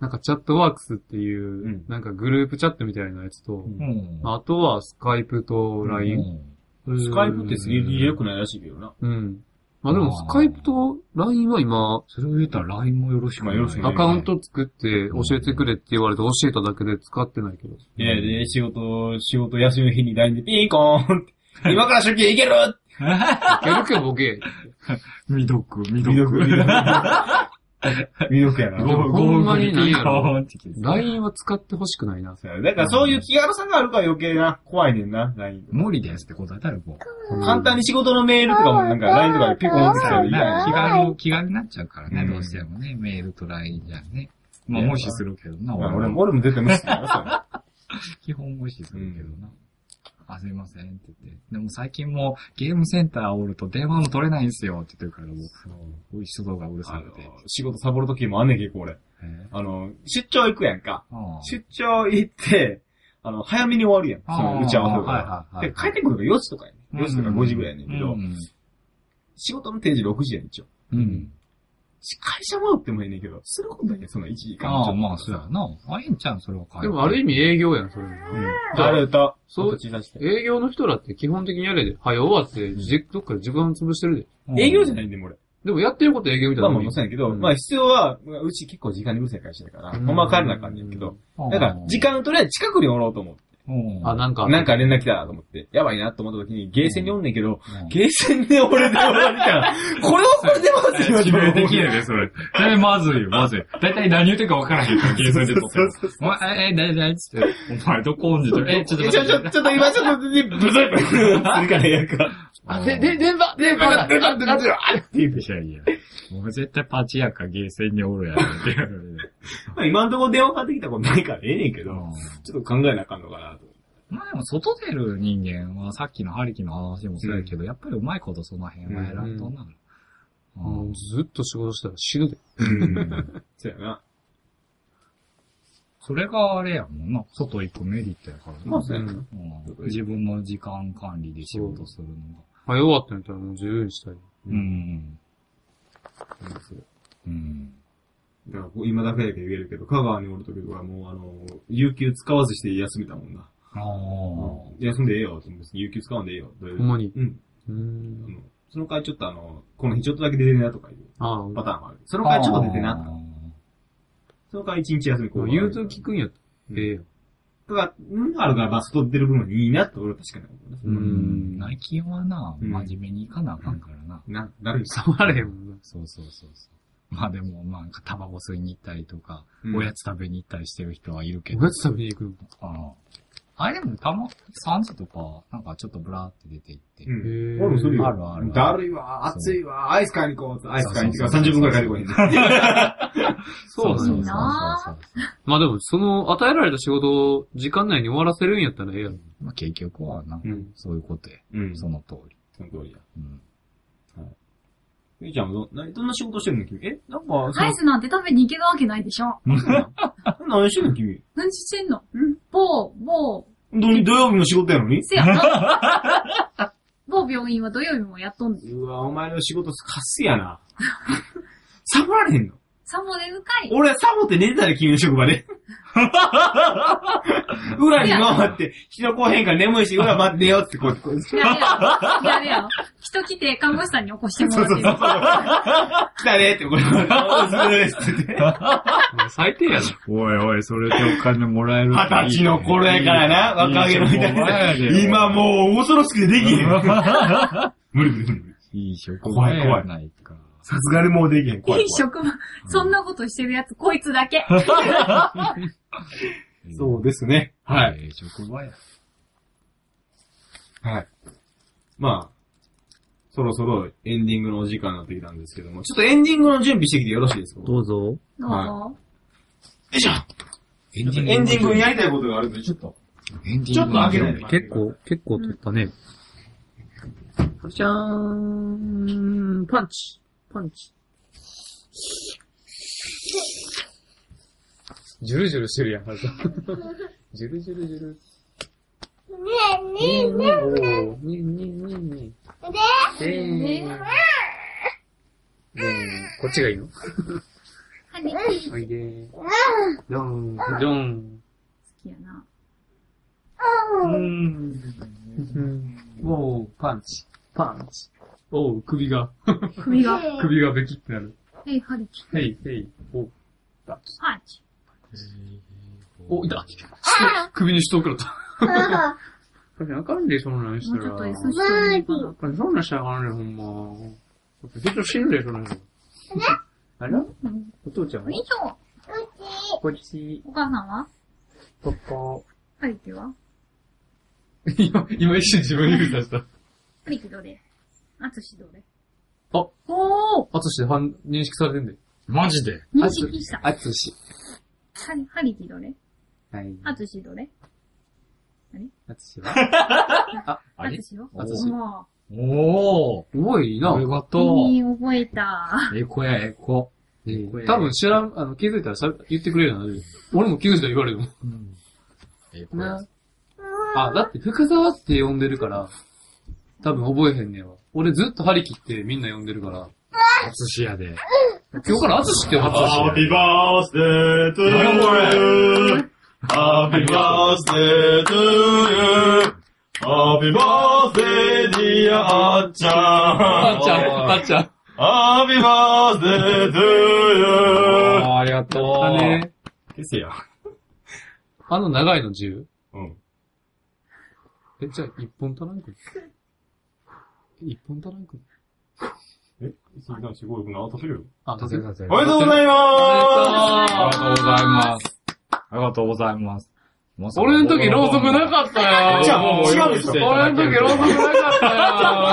S2: なんかチャットワークスっていう、
S1: ん
S2: なんかグループチャットみたいなやつと、
S1: ん
S3: うん。
S2: あとはスカイプと LINE。
S1: スカイプって 3D 良くないらしいけどな。
S2: うん。まあでも
S3: あー
S2: スカイプと LINE は今、
S3: それを言ったら LINE もよろしく
S1: まあよろしくない
S2: アカウント作って教えてくれって言われて教えただけで使ってないけど。
S1: いや、で、仕事、仕事休みの日に LINE でピンコーンって。 今から出勤行ける
S2: いけるけどボ ケ。
S3: 未読、未
S1: 未読、未読。未読やな。
S2: ほんまに何やろ
S3: ゴーグルって聞いてた
S2: LINE は使ってほしくないな。
S1: そうやだからそういう気軽さがあるから余計な、怖いねんな、LINE。
S3: 無理ですって答えたらこう。
S1: 簡単に仕事のメールとかもなんか LINE とかでピコンってきたら
S3: 気
S1: 嫌やん。
S3: が、気がになっちゃうからね、
S1: うん
S3: どうしてもね、メールと LINE じゃね。まあ無視するけどな、
S1: まあ
S3: は
S1: 俺も、俺も絶対無視 だよ、それ
S3: 基本無視するけどな。あ、すいませんって言って。でも最近もうゲームセンターおると電話も取れないんすよって言ってるからもう、おい、外がうる
S1: あ
S3: さくて。
S1: の仕事サボる時もあんねん結構俺。
S3: え
S1: あの、出張行くやんか。
S3: ああ
S1: 出張行って、あの、早めに終わるやん。その打ち合わせとか。
S3: はいはい
S1: で、
S3: は
S1: 帰っ
S3: い。
S1: てくるのが4時とかやねん。4時とか5時ぐらいやねんけ
S3: う
S1: ど、
S3: ん。
S1: 仕事の定時6時やねん、一応。
S3: うん。
S1: 会社回ってもいいねんけど、することだけその1時間
S3: ああ、まあ、そうやな。あ、いいんちゃうん、それは帰
S2: でもある意味営業やん、それも。
S1: じゃあ、あれと、
S2: そう
S1: 小さして。
S2: 営業の人らって基本的にやれで、早終わって、じどっかで時間潰してるで。
S1: 営業じゃ
S3: な
S1: な
S3: い。
S1: いんで、も俺。
S2: でもやってること営業みたい
S1: まあ
S2: なも
S1: ま
S2: ん
S1: あ、
S2: やん。
S1: そうやけど、
S2: うん
S1: まあ必要は、うち結構時間にうるさい会社だから、ほ
S2: うん
S1: まは帰らなあかんねんけど、だから時間をとりあえず近くにおろうと思って、
S3: うん。
S2: あ、なんか。
S1: なんか連絡来たと思って、やばいなと思った時に、ゲーセンにおんねんけど、
S3: うん、
S1: ゲーセンで俺で終わりたら、 これはこれでまずいよ、
S3: 致命的やで、それ。それまずいよ、まずい。だいたい何言ってるか分からへんから、ゲーセンで撮っても。お前、え、え、だいだいっつって。お前、どこおんじゃん。え、ちょっと
S1: えち
S3: 待
S1: ょ、ちょ、
S3: って。
S1: ちょっと今ちょっと、ブズブズ するからやんか。
S2: あ、で、で、電話電話だ電話電話電話
S3: いやいや。もう絶対パチやかゲーセンにおるやろって言われる。
S1: まあ今のところ電話かかってきたことないからええねんけ
S3: う
S1: ど、
S3: ん
S1: ちょっと考えなあかんのかなと。
S3: まあでも、外出る人間は、さっきのハリキの話もそうやけど、やっぱりうまいことその辺はやらんとな。うん
S2: もうずっと仕事したら死ぬで。
S1: うん。そうやな。
S3: それがあれやもんな。外行くメリットやからな
S1: まあ、そうやな。
S3: うん自分の時間管理で仕事するのが。
S2: 迷わってみたらもう自由にしたい。
S1: う
S3: うんん。
S1: そう
S3: うん。
S1: だから、今だけやけど言えるけど、香川におるときとか、もうあの、有給使わずして休めたもんな。
S3: ああ。
S1: 休んでええよ。別に有給使わんでええよ。どういう
S2: ほんまに。
S1: うん。あ
S2: うーん。
S1: のその回ちょっとあの、この日ちょっとだけ出てねなとかいう
S2: ああ、
S1: パターンもある。その回ちょっと出てなとか。
S3: あ
S1: その回一日休みこう。
S2: 言うと聞くんやったらええよ。
S1: だから、うん、あるからバス取ってる分いいなって俺は確かに思う
S3: ー。
S2: う
S3: うんん。内勤はな、
S1: うん
S3: 真面目に行かなあかんからな。
S1: な。な、なるよ。
S2: 触れへんもんな。
S3: そうそうそうそう。まあでも、まあ、タバコ吸いに行ったりとか、
S1: うん
S3: おやつ食べに行ったりしてる人はいるけど。
S2: おやつ食べに行くの
S3: ああ。あれでも、たま、3時とか、なんかちょっとブラーって出て行って。
S1: うん。
S2: へー
S1: 俺もするよ。
S3: あるある
S1: だるいわ、暑いわ、アイス買いに行こうっつってアイス買いに行って
S3: そ
S1: から
S3: うそう
S1: 30
S3: そ
S1: 分
S3: う
S1: くらい帰ってこいね。
S2: そう
S4: そう
S2: だね。
S4: な
S2: まあでも、その、与えられた仕事を時間内に終わらせるんやったらええやろ。
S3: まあ結局はな、
S2: うん。
S3: そういうことや。
S1: うん。そ
S3: その通り。
S1: の通りや。
S3: うん。
S1: ゆいちゃんはど、などんな仕事してるの君えなんか、そ
S4: アイスなんて食べに行けるわけないでしょ。
S1: の何してるの君
S4: 何してんの某、某、
S1: 土土曜日の仕事やのに
S4: せやな。某病院は土曜日もやっとんで。
S1: うわ、お前の仕事カスやな。 サボられへんの
S4: サボでうかい。
S1: 俺はサボって寝てたで、君の職場で。裏に回って、人来へんから眠いし、裏待って寝ようってこう。
S4: やれやろ。やれやろ。人来て看護師さんに起こしてもらってる。
S1: 来たねって、これ。お疲れですって言って。
S2: お前最低やな。
S3: おいおい、それでお金もらえる
S1: 二十歳の頃やからな、若気の至りで。今
S3: う。
S1: もう恐ろしくてできへん。無理無理無理。
S3: いい職
S1: 怖い怖い
S3: ないか。
S1: さすがにもうできへん。怖
S4: い
S1: い
S4: い職場。そんなことしてるやつ、こいつだけ。
S1: そうですね。
S3: は
S1: はい。
S3: い。ええ職場や。
S1: はい。まあ、そろそろエンディングのお時間になってきたんですけども、ちょっとエンディングの準備してきてよろしいですかよ
S2: うぞ。
S4: どうぞ。
S1: いしょ
S3: エ
S1: ちょっとエンディングにやりたいことがあるんで、ちょっと。
S3: エンディング
S1: ちょっと開けないで
S2: 結構、結構取ったね。じゃーん。パンチ。パンチ。ジュルジュルしてるやん、 ジュルジュルジュル。ねえねえねえねえねえねえ。ねえ。ねえ。こっちがいいの
S4: はい好
S2: おいでー。ドン。ドン。
S4: きやな。
S2: おう、パンチ。パンチ。おう、首が、
S4: 首が。
S2: 首がべきってなる。
S4: ヘイ、ハリキ。
S2: ヘイ、ヘイ、おう。
S4: パンチ。
S2: お、いた。首にしとくらた。あかんで、そんなんし
S4: も
S2: た
S4: うち
S2: ら。
S4: ょっと S
S2: あ
S4: してみようか
S2: かんでそんなんしたらあかんで、ほんま。ずっと死ぬで、そんなん。あれ
S4: な。うん
S2: お父ちゃん
S4: よいしょ。
S2: こっち、
S4: お母さんは
S2: ここ。
S4: ハリキは
S2: 今、今一瞬自分に指さした。
S4: ハリキどれあつしどれ
S2: あ
S4: おー
S2: あとして反、認識されてんで。
S3: マジで
S4: 認識した。
S2: あとし。
S4: ハリ、ハリキどれ
S2: はい。
S4: あつしどれ
S2: あとしは。
S3: あ
S4: あ
S3: れ
S4: つしは
S2: あつし
S4: も
S3: おー
S2: 多いな
S3: お。見
S4: う、
S3: 事
S4: 君覚えた。
S3: ええ子や、ええ子。
S2: 多分知らん、あの、気づいたらしゃべ言ってくれるよな。俺も気づいたら言われるもん。
S3: ええ子や。
S2: あ、だって福沢って呼んでるから、多分覚えへんねやわ。俺ずっと張り切ってみんな呼んでるから、
S3: お寿司屋で。
S2: 今日から淳って呼ば
S3: あ
S2: れ
S1: Happy birthday to you. Happy birthday to you. Happy birthday dear あっちゃん。
S2: あっちゃん、あっちゃん。
S1: Happy birthday to you.
S3: あーありがとう。
S2: あね、
S1: ですよ。
S2: あの長いの10。
S1: うん。
S2: え、じゃあ一本足らんくん一本足らんくん
S1: え、すごい、すごい、な、立てるよ。
S2: あ、
S3: さ
S2: 達
S3: せ
S2: 成
S3: させ
S1: おめでとうございま
S3: ありがとうございます。ありがとうございます。
S2: 俺の時ろうそくなかったよ。
S1: じゃあ違うでしょ
S2: 俺の時ろうそくなかっ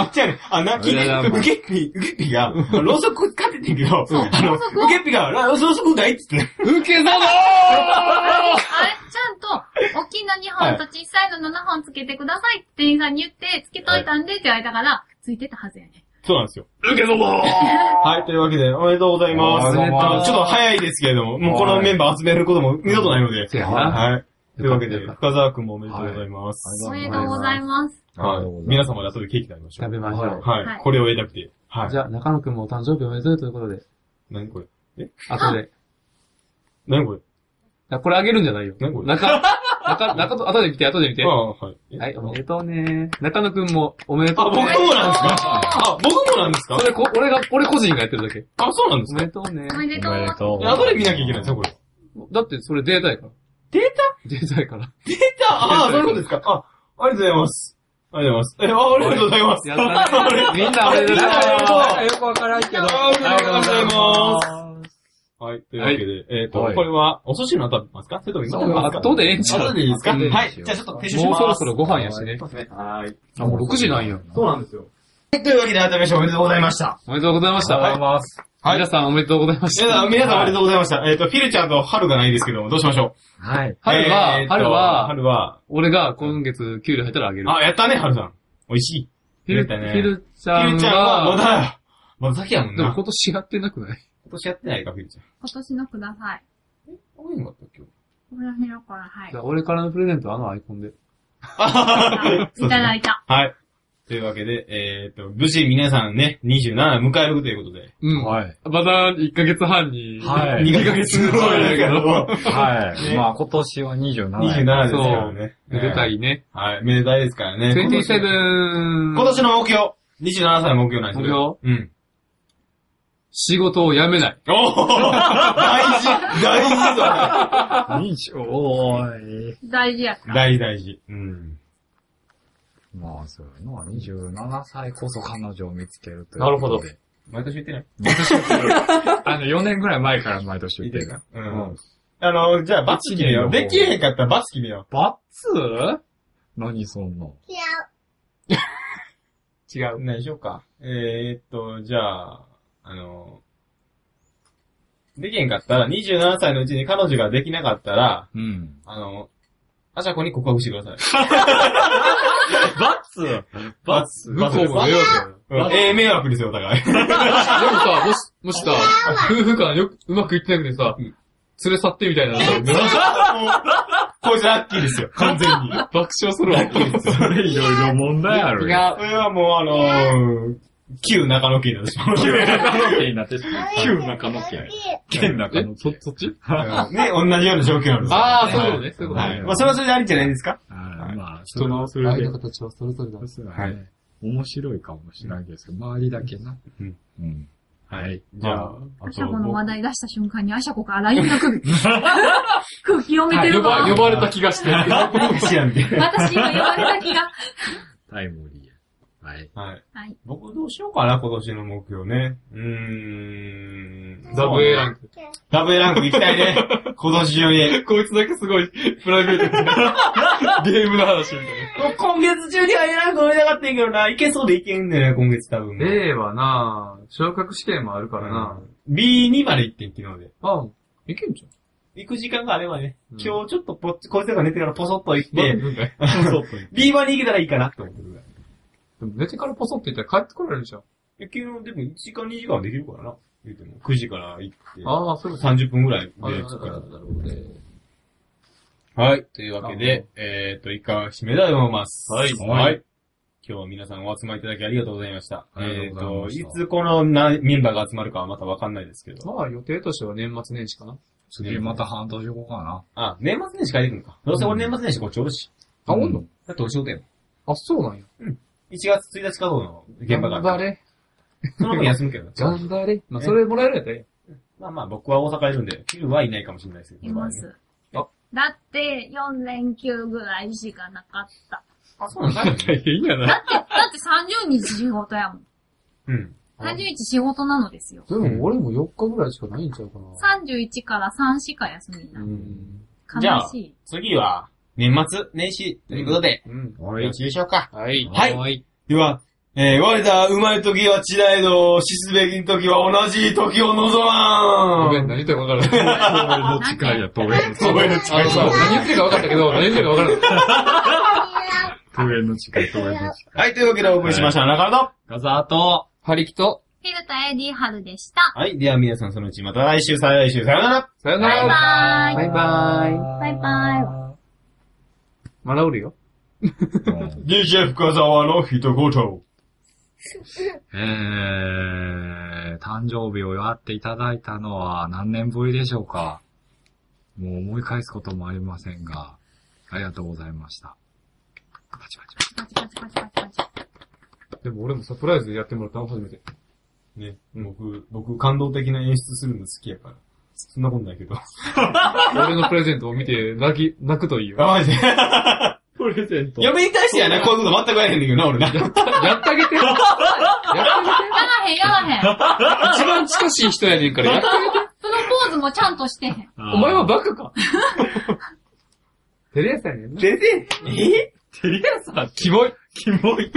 S1: す。じゃあね、あ、なんか聞い
S3: ありがとうご
S1: て、
S3: ざ
S1: ウケッピ、ウケッピが、ろうそく買っててんけど、あの、ウケッピが、ろうそくないっつって。
S2: た よ。ウケたぞ
S4: あれ、ちゃんと、大きいの2本と小さいの7本つけてくださいって店員さんに言って、つけといたんでって言われたから、ついてたはずやね。
S1: そうなんですよ。
S2: 受け止も
S1: はい、というわけで、おめでとうございます。
S3: おめでとう
S1: あのちょっと早いですけれども、もうこのメンバー集めることも二度とないので。
S2: せやな。
S1: はい。というわけで、
S2: よかっ
S1: 深澤くんもおめでとうございます。
S3: はいあ
S4: おめ
S3: り
S4: で
S3: が
S4: とうございます。
S1: はい。
S3: ありがとうございます
S1: 皆様で後でケーキ食べましたょ
S2: 食
S1: う。
S2: べましょう。
S1: はい。
S4: はい
S1: これを得たくて。はい。
S2: じゃあ、中野くんもお誕生日おめでとうというこ とで、
S1: 何これ
S2: 後で。
S1: 何これ
S2: あこれあげるんじゃないよ。
S1: 何これ
S2: 中、中、中と、後で見て、後で見て。
S1: あ
S2: は
S1: あ、はい。え
S2: い、おめでとうね中野くんもおめで
S1: あ、
S2: とう
S1: 僕も
S2: ね。
S1: なんですかあ、僕もなんですか
S2: それこ、俺が、俺個人がやってるだけ。
S1: あ、そうなんで
S2: お
S1: す
S2: め
S1: か
S2: でとうね
S4: おめでと
S3: おめで
S4: う。
S3: とう。
S1: え後で見なきゃいけないんですかこれ。
S2: だって、それデータやから。
S1: デー
S2: データ やから。
S1: タああ、そういうことですかあ、ありがとうございます。ありがとうございます。え、あ、ありがとうございます。
S2: やったねみんなおめでとう。
S1: あ
S3: よくわからんけど。。
S1: ありがとうございますはい、というわけで、えっ、と、
S3: はい
S1: これは、お寿司の後食べますかそれとも今食べますか
S2: 後でええんちゃう
S1: 後でいいですか
S3: 後でいいですよ
S1: はい、じゃあちょっと撤収しま
S2: もう
S1: す。
S2: そろそろご飯やしね。
S1: はい。
S2: あ、もう6時なんや。
S1: そうなんですよ。というわけで、改めましておめでとうございました。
S2: おめでとうございまし
S3: ありがとうござ
S2: た。
S3: います。
S1: はい
S2: 皆さんおめでとうございまし
S1: 皆さ
S2: た。
S1: ん、皆さんありがとうございました。えっ、と、フィルちゃんと春がないですけども、どうしましょう
S3: はい。
S2: 春は
S1: えーと
S2: 春は
S1: 春は、
S2: 俺が今月給料入ったらあげる。
S1: あ、やったね、春さん。美味しい。
S2: フィル、
S1: 出たね
S2: フィルち
S1: フ
S2: ゃ
S1: ィ
S2: ん
S1: ルちゃんは、ま
S2: は、
S1: だ、まだ先やもん
S2: で
S1: な。
S2: も
S1: 今
S2: 今年やってなくない
S1: 年やってないか、フィルちゃん。
S4: 今年のください。
S1: 多いのかったっけ
S4: この辺のから、はい
S2: じゃ。あ俺からのプレゼントはあのアイコンで。
S1: あ
S4: いただいた。
S1: はい。というわけで、えっ、と、無事皆さんね、27迎えるということで。
S2: うん。
S3: はい。
S2: まだ1ヶ月半に。
S3: はい
S1: 2ヶ月後やけど。
S3: はい。
S1: ね
S3: まあ今年は27
S1: 27
S3: 年。
S1: ですからね。
S2: めでたいね。
S1: はい、めでたいですからね。
S2: 27。
S1: 今年の目標 !27 歳の目標なんですよ。目標うん。
S2: 仕事を辞めない。
S1: おお大事大事だ
S3: 27おーい。
S4: 大事やから。
S1: 大事大事。うん。
S3: まあそういうのは27歳こそ彼女を見つけるという。
S2: なるほど。
S1: 毎年言ってない
S3: 私言ってる。あの、4年ぐらい前から毎年言ってる。
S1: う。。
S3: うん
S1: あの、じゃあ、罰決めよう。できへんかったら罰決めよ
S3: バツ何そんな。
S1: う。違う。何しようか。えー、っと、じゃあ、あの、できへんかったら、27歳のうちに彼女ができなかったら、
S3: うん。
S1: あの、あしゃこに告白してください。
S3: バツバツ
S2: 向こうも迷惑。
S1: うんええ迷惑ですよ、お互い。
S2: でもさ、もし、もしさ、夫婦間よく、うまくいってなくてさ、
S1: うん
S2: 連れ去ってみたいなさ、
S1: もうこいつラッキーですよ、完全に。
S2: 爆笑するわ。
S3: それいろいろ問題あるよ。
S1: それはもうあのー、旧中野家になってしまう。
S3: 旧中野家になってしまう。旧中野 家。県中
S2: え
S3: 野、
S2: そ
S3: 家、。
S2: そっち
S1: うんね、同じような状況なんですよ
S2: ああ、そういうことね、そういうこと
S1: は
S2: ね。
S1: い。まあ、それはそれでありじゃないですか
S3: はいまあ、
S2: 人の
S3: それはそ
S2: 愛
S3: れで
S2: の形はそれぞれだ。
S3: そうだね
S1: はい
S3: 面白いかもしれないですけど、周りだけな。
S1: うん。
S3: うん。はい。
S1: じゃあ、
S4: アシャコの話題出した瞬間にアシャコから LINE が来 る。空気読めて
S2: 呼
S4: る
S2: ば、
S4: わ
S2: 呼。ばれた気がして。
S1: 何かしらんで。
S4: 私今呼ばれた気が。
S3: タイムリー。はい。
S1: はい。
S4: はい。
S1: 僕どうしようかな、今年の目標ね。うーん。
S2: ダブ A ランク。
S1: ダブ A ランク行きたい ね。今年中に。
S2: こいつだけすごい、プライベートでゲームの話みたいな。
S1: 今月中には A ランク乗りたかったんやけどな。いけそうでいけんね今月多分。
S2: 例はなぁ、昇格試験もあるか
S1: う
S2: らなん
S1: B2 まで行ってん、昨日で。
S2: あ、いけんじ
S1: 行く時間があればね、
S2: うん
S1: 今日ちょっとぽっち、こいつらが寝てからポソッと行っ
S2: ゃん。
S1: て、
S2: なん で
S1: B1 に行けたらいいかなって思ってるぐらい。
S2: でも寝てからポソって言ったら帰ってこられるじゃん。
S1: え昨日でも1時間2時間はできるからな。言うても、9時から行っ
S2: ああ、そうで
S1: て、
S2: すね。
S1: 30分ぐらいで
S2: ああ、なる
S1: 着く
S2: ほ
S1: から
S2: どね。
S1: はい。というわけで、えっ、と、一回締めたいと思います。
S3: はい
S1: はい。今日は皆さんお集まりいただきありがとうございました。
S3: ありがとうございました
S1: えっ、と、いつこのなメンバーが集まるかはまたわかんないですけど。
S2: まあ予定としては年末年始かな。
S3: 次また半年後かな。
S1: あ、年末年始帰ってくるのか。どうせ俺年末年始こっちおるし。
S2: あ、
S3: うん
S2: おんの
S1: だってお仕事やもん。
S2: あ、そうなんや。
S1: 1月1日稼働の現場があるから。
S2: 頑張れ。
S1: その分休むけど。
S2: 頑張れ。まあそれもらえるやったらえ
S1: まあまあ僕は大阪いるんで、昼はいないかもしれないですけど。
S4: います。
S2: あ
S4: だって、4連休ぐらいしかなかった。
S1: あ、そうなんだ、
S2: えやん。変やな。
S4: だって30日仕事やもん。
S1: うん。
S4: 30日仕事なのですよ。
S2: でも俺も4日ぐらいしかないんちゃうかな。
S4: 31から3しか休みな
S2: う
S4: い。
S2: ん。
S1: じゃあ
S4: 悲しい。
S1: 次は、年末年始ということで、
S2: うん。
S1: お一でしょうか。
S2: はい。
S1: はい
S2: い。
S1: では、えー、我ら生まれ時は違えど、死すべき時は同じ時を望ま
S2: ご
S1: ん
S2: めん、何言ってるか分からない。
S3: 俺の近いや、東園の近い。
S1: 遠いの
S2: あのさ、何言ってるか分かったけど、何言ってるか分からない。
S3: 東園の近い、東園の近い。
S1: はい、というわけでお送りしました。中野と
S3: ガザーと、
S2: 張りきと、
S4: フィルタ AD 春でした。
S1: はい。では皆さんそのうちまた来週、再来週、さよなら
S2: さよな
S4: バイ
S2: ら。
S4: バーイ。
S2: バイバイ。
S4: バイバイ
S2: まだおるよ。
S1: !DJ 深沢の一言。
S3: えー、誕生日を祝っていただいたのは何年ぶりでしょうかもう思い返すこともありませんが、ありがとうございました。パチパチパチ
S4: パチパチパチパチパチ。
S2: でも俺もサプライズでやってもらったの初めて。
S1: ね、僕、僕感動的な演出するの好きやから。そんなことないけど。
S2: 俺のプレゼントを見て泣き、泣くといいよ。
S1: あ、マジで。
S2: プレゼントや
S1: 嫁に対してやな、こういうこと全くやれへんねんけどな、俺な。
S2: ってあげて。やってあ
S4: やらへんやらへん。
S2: げて。一番近しい人やねんからやってあげて。
S4: プロポーズもちゃんとしてへん。
S3: お
S2: お前はバカか。 テレ朝やねんな。
S1: 出て、え
S3: テリアさん
S2: キモい。キモい。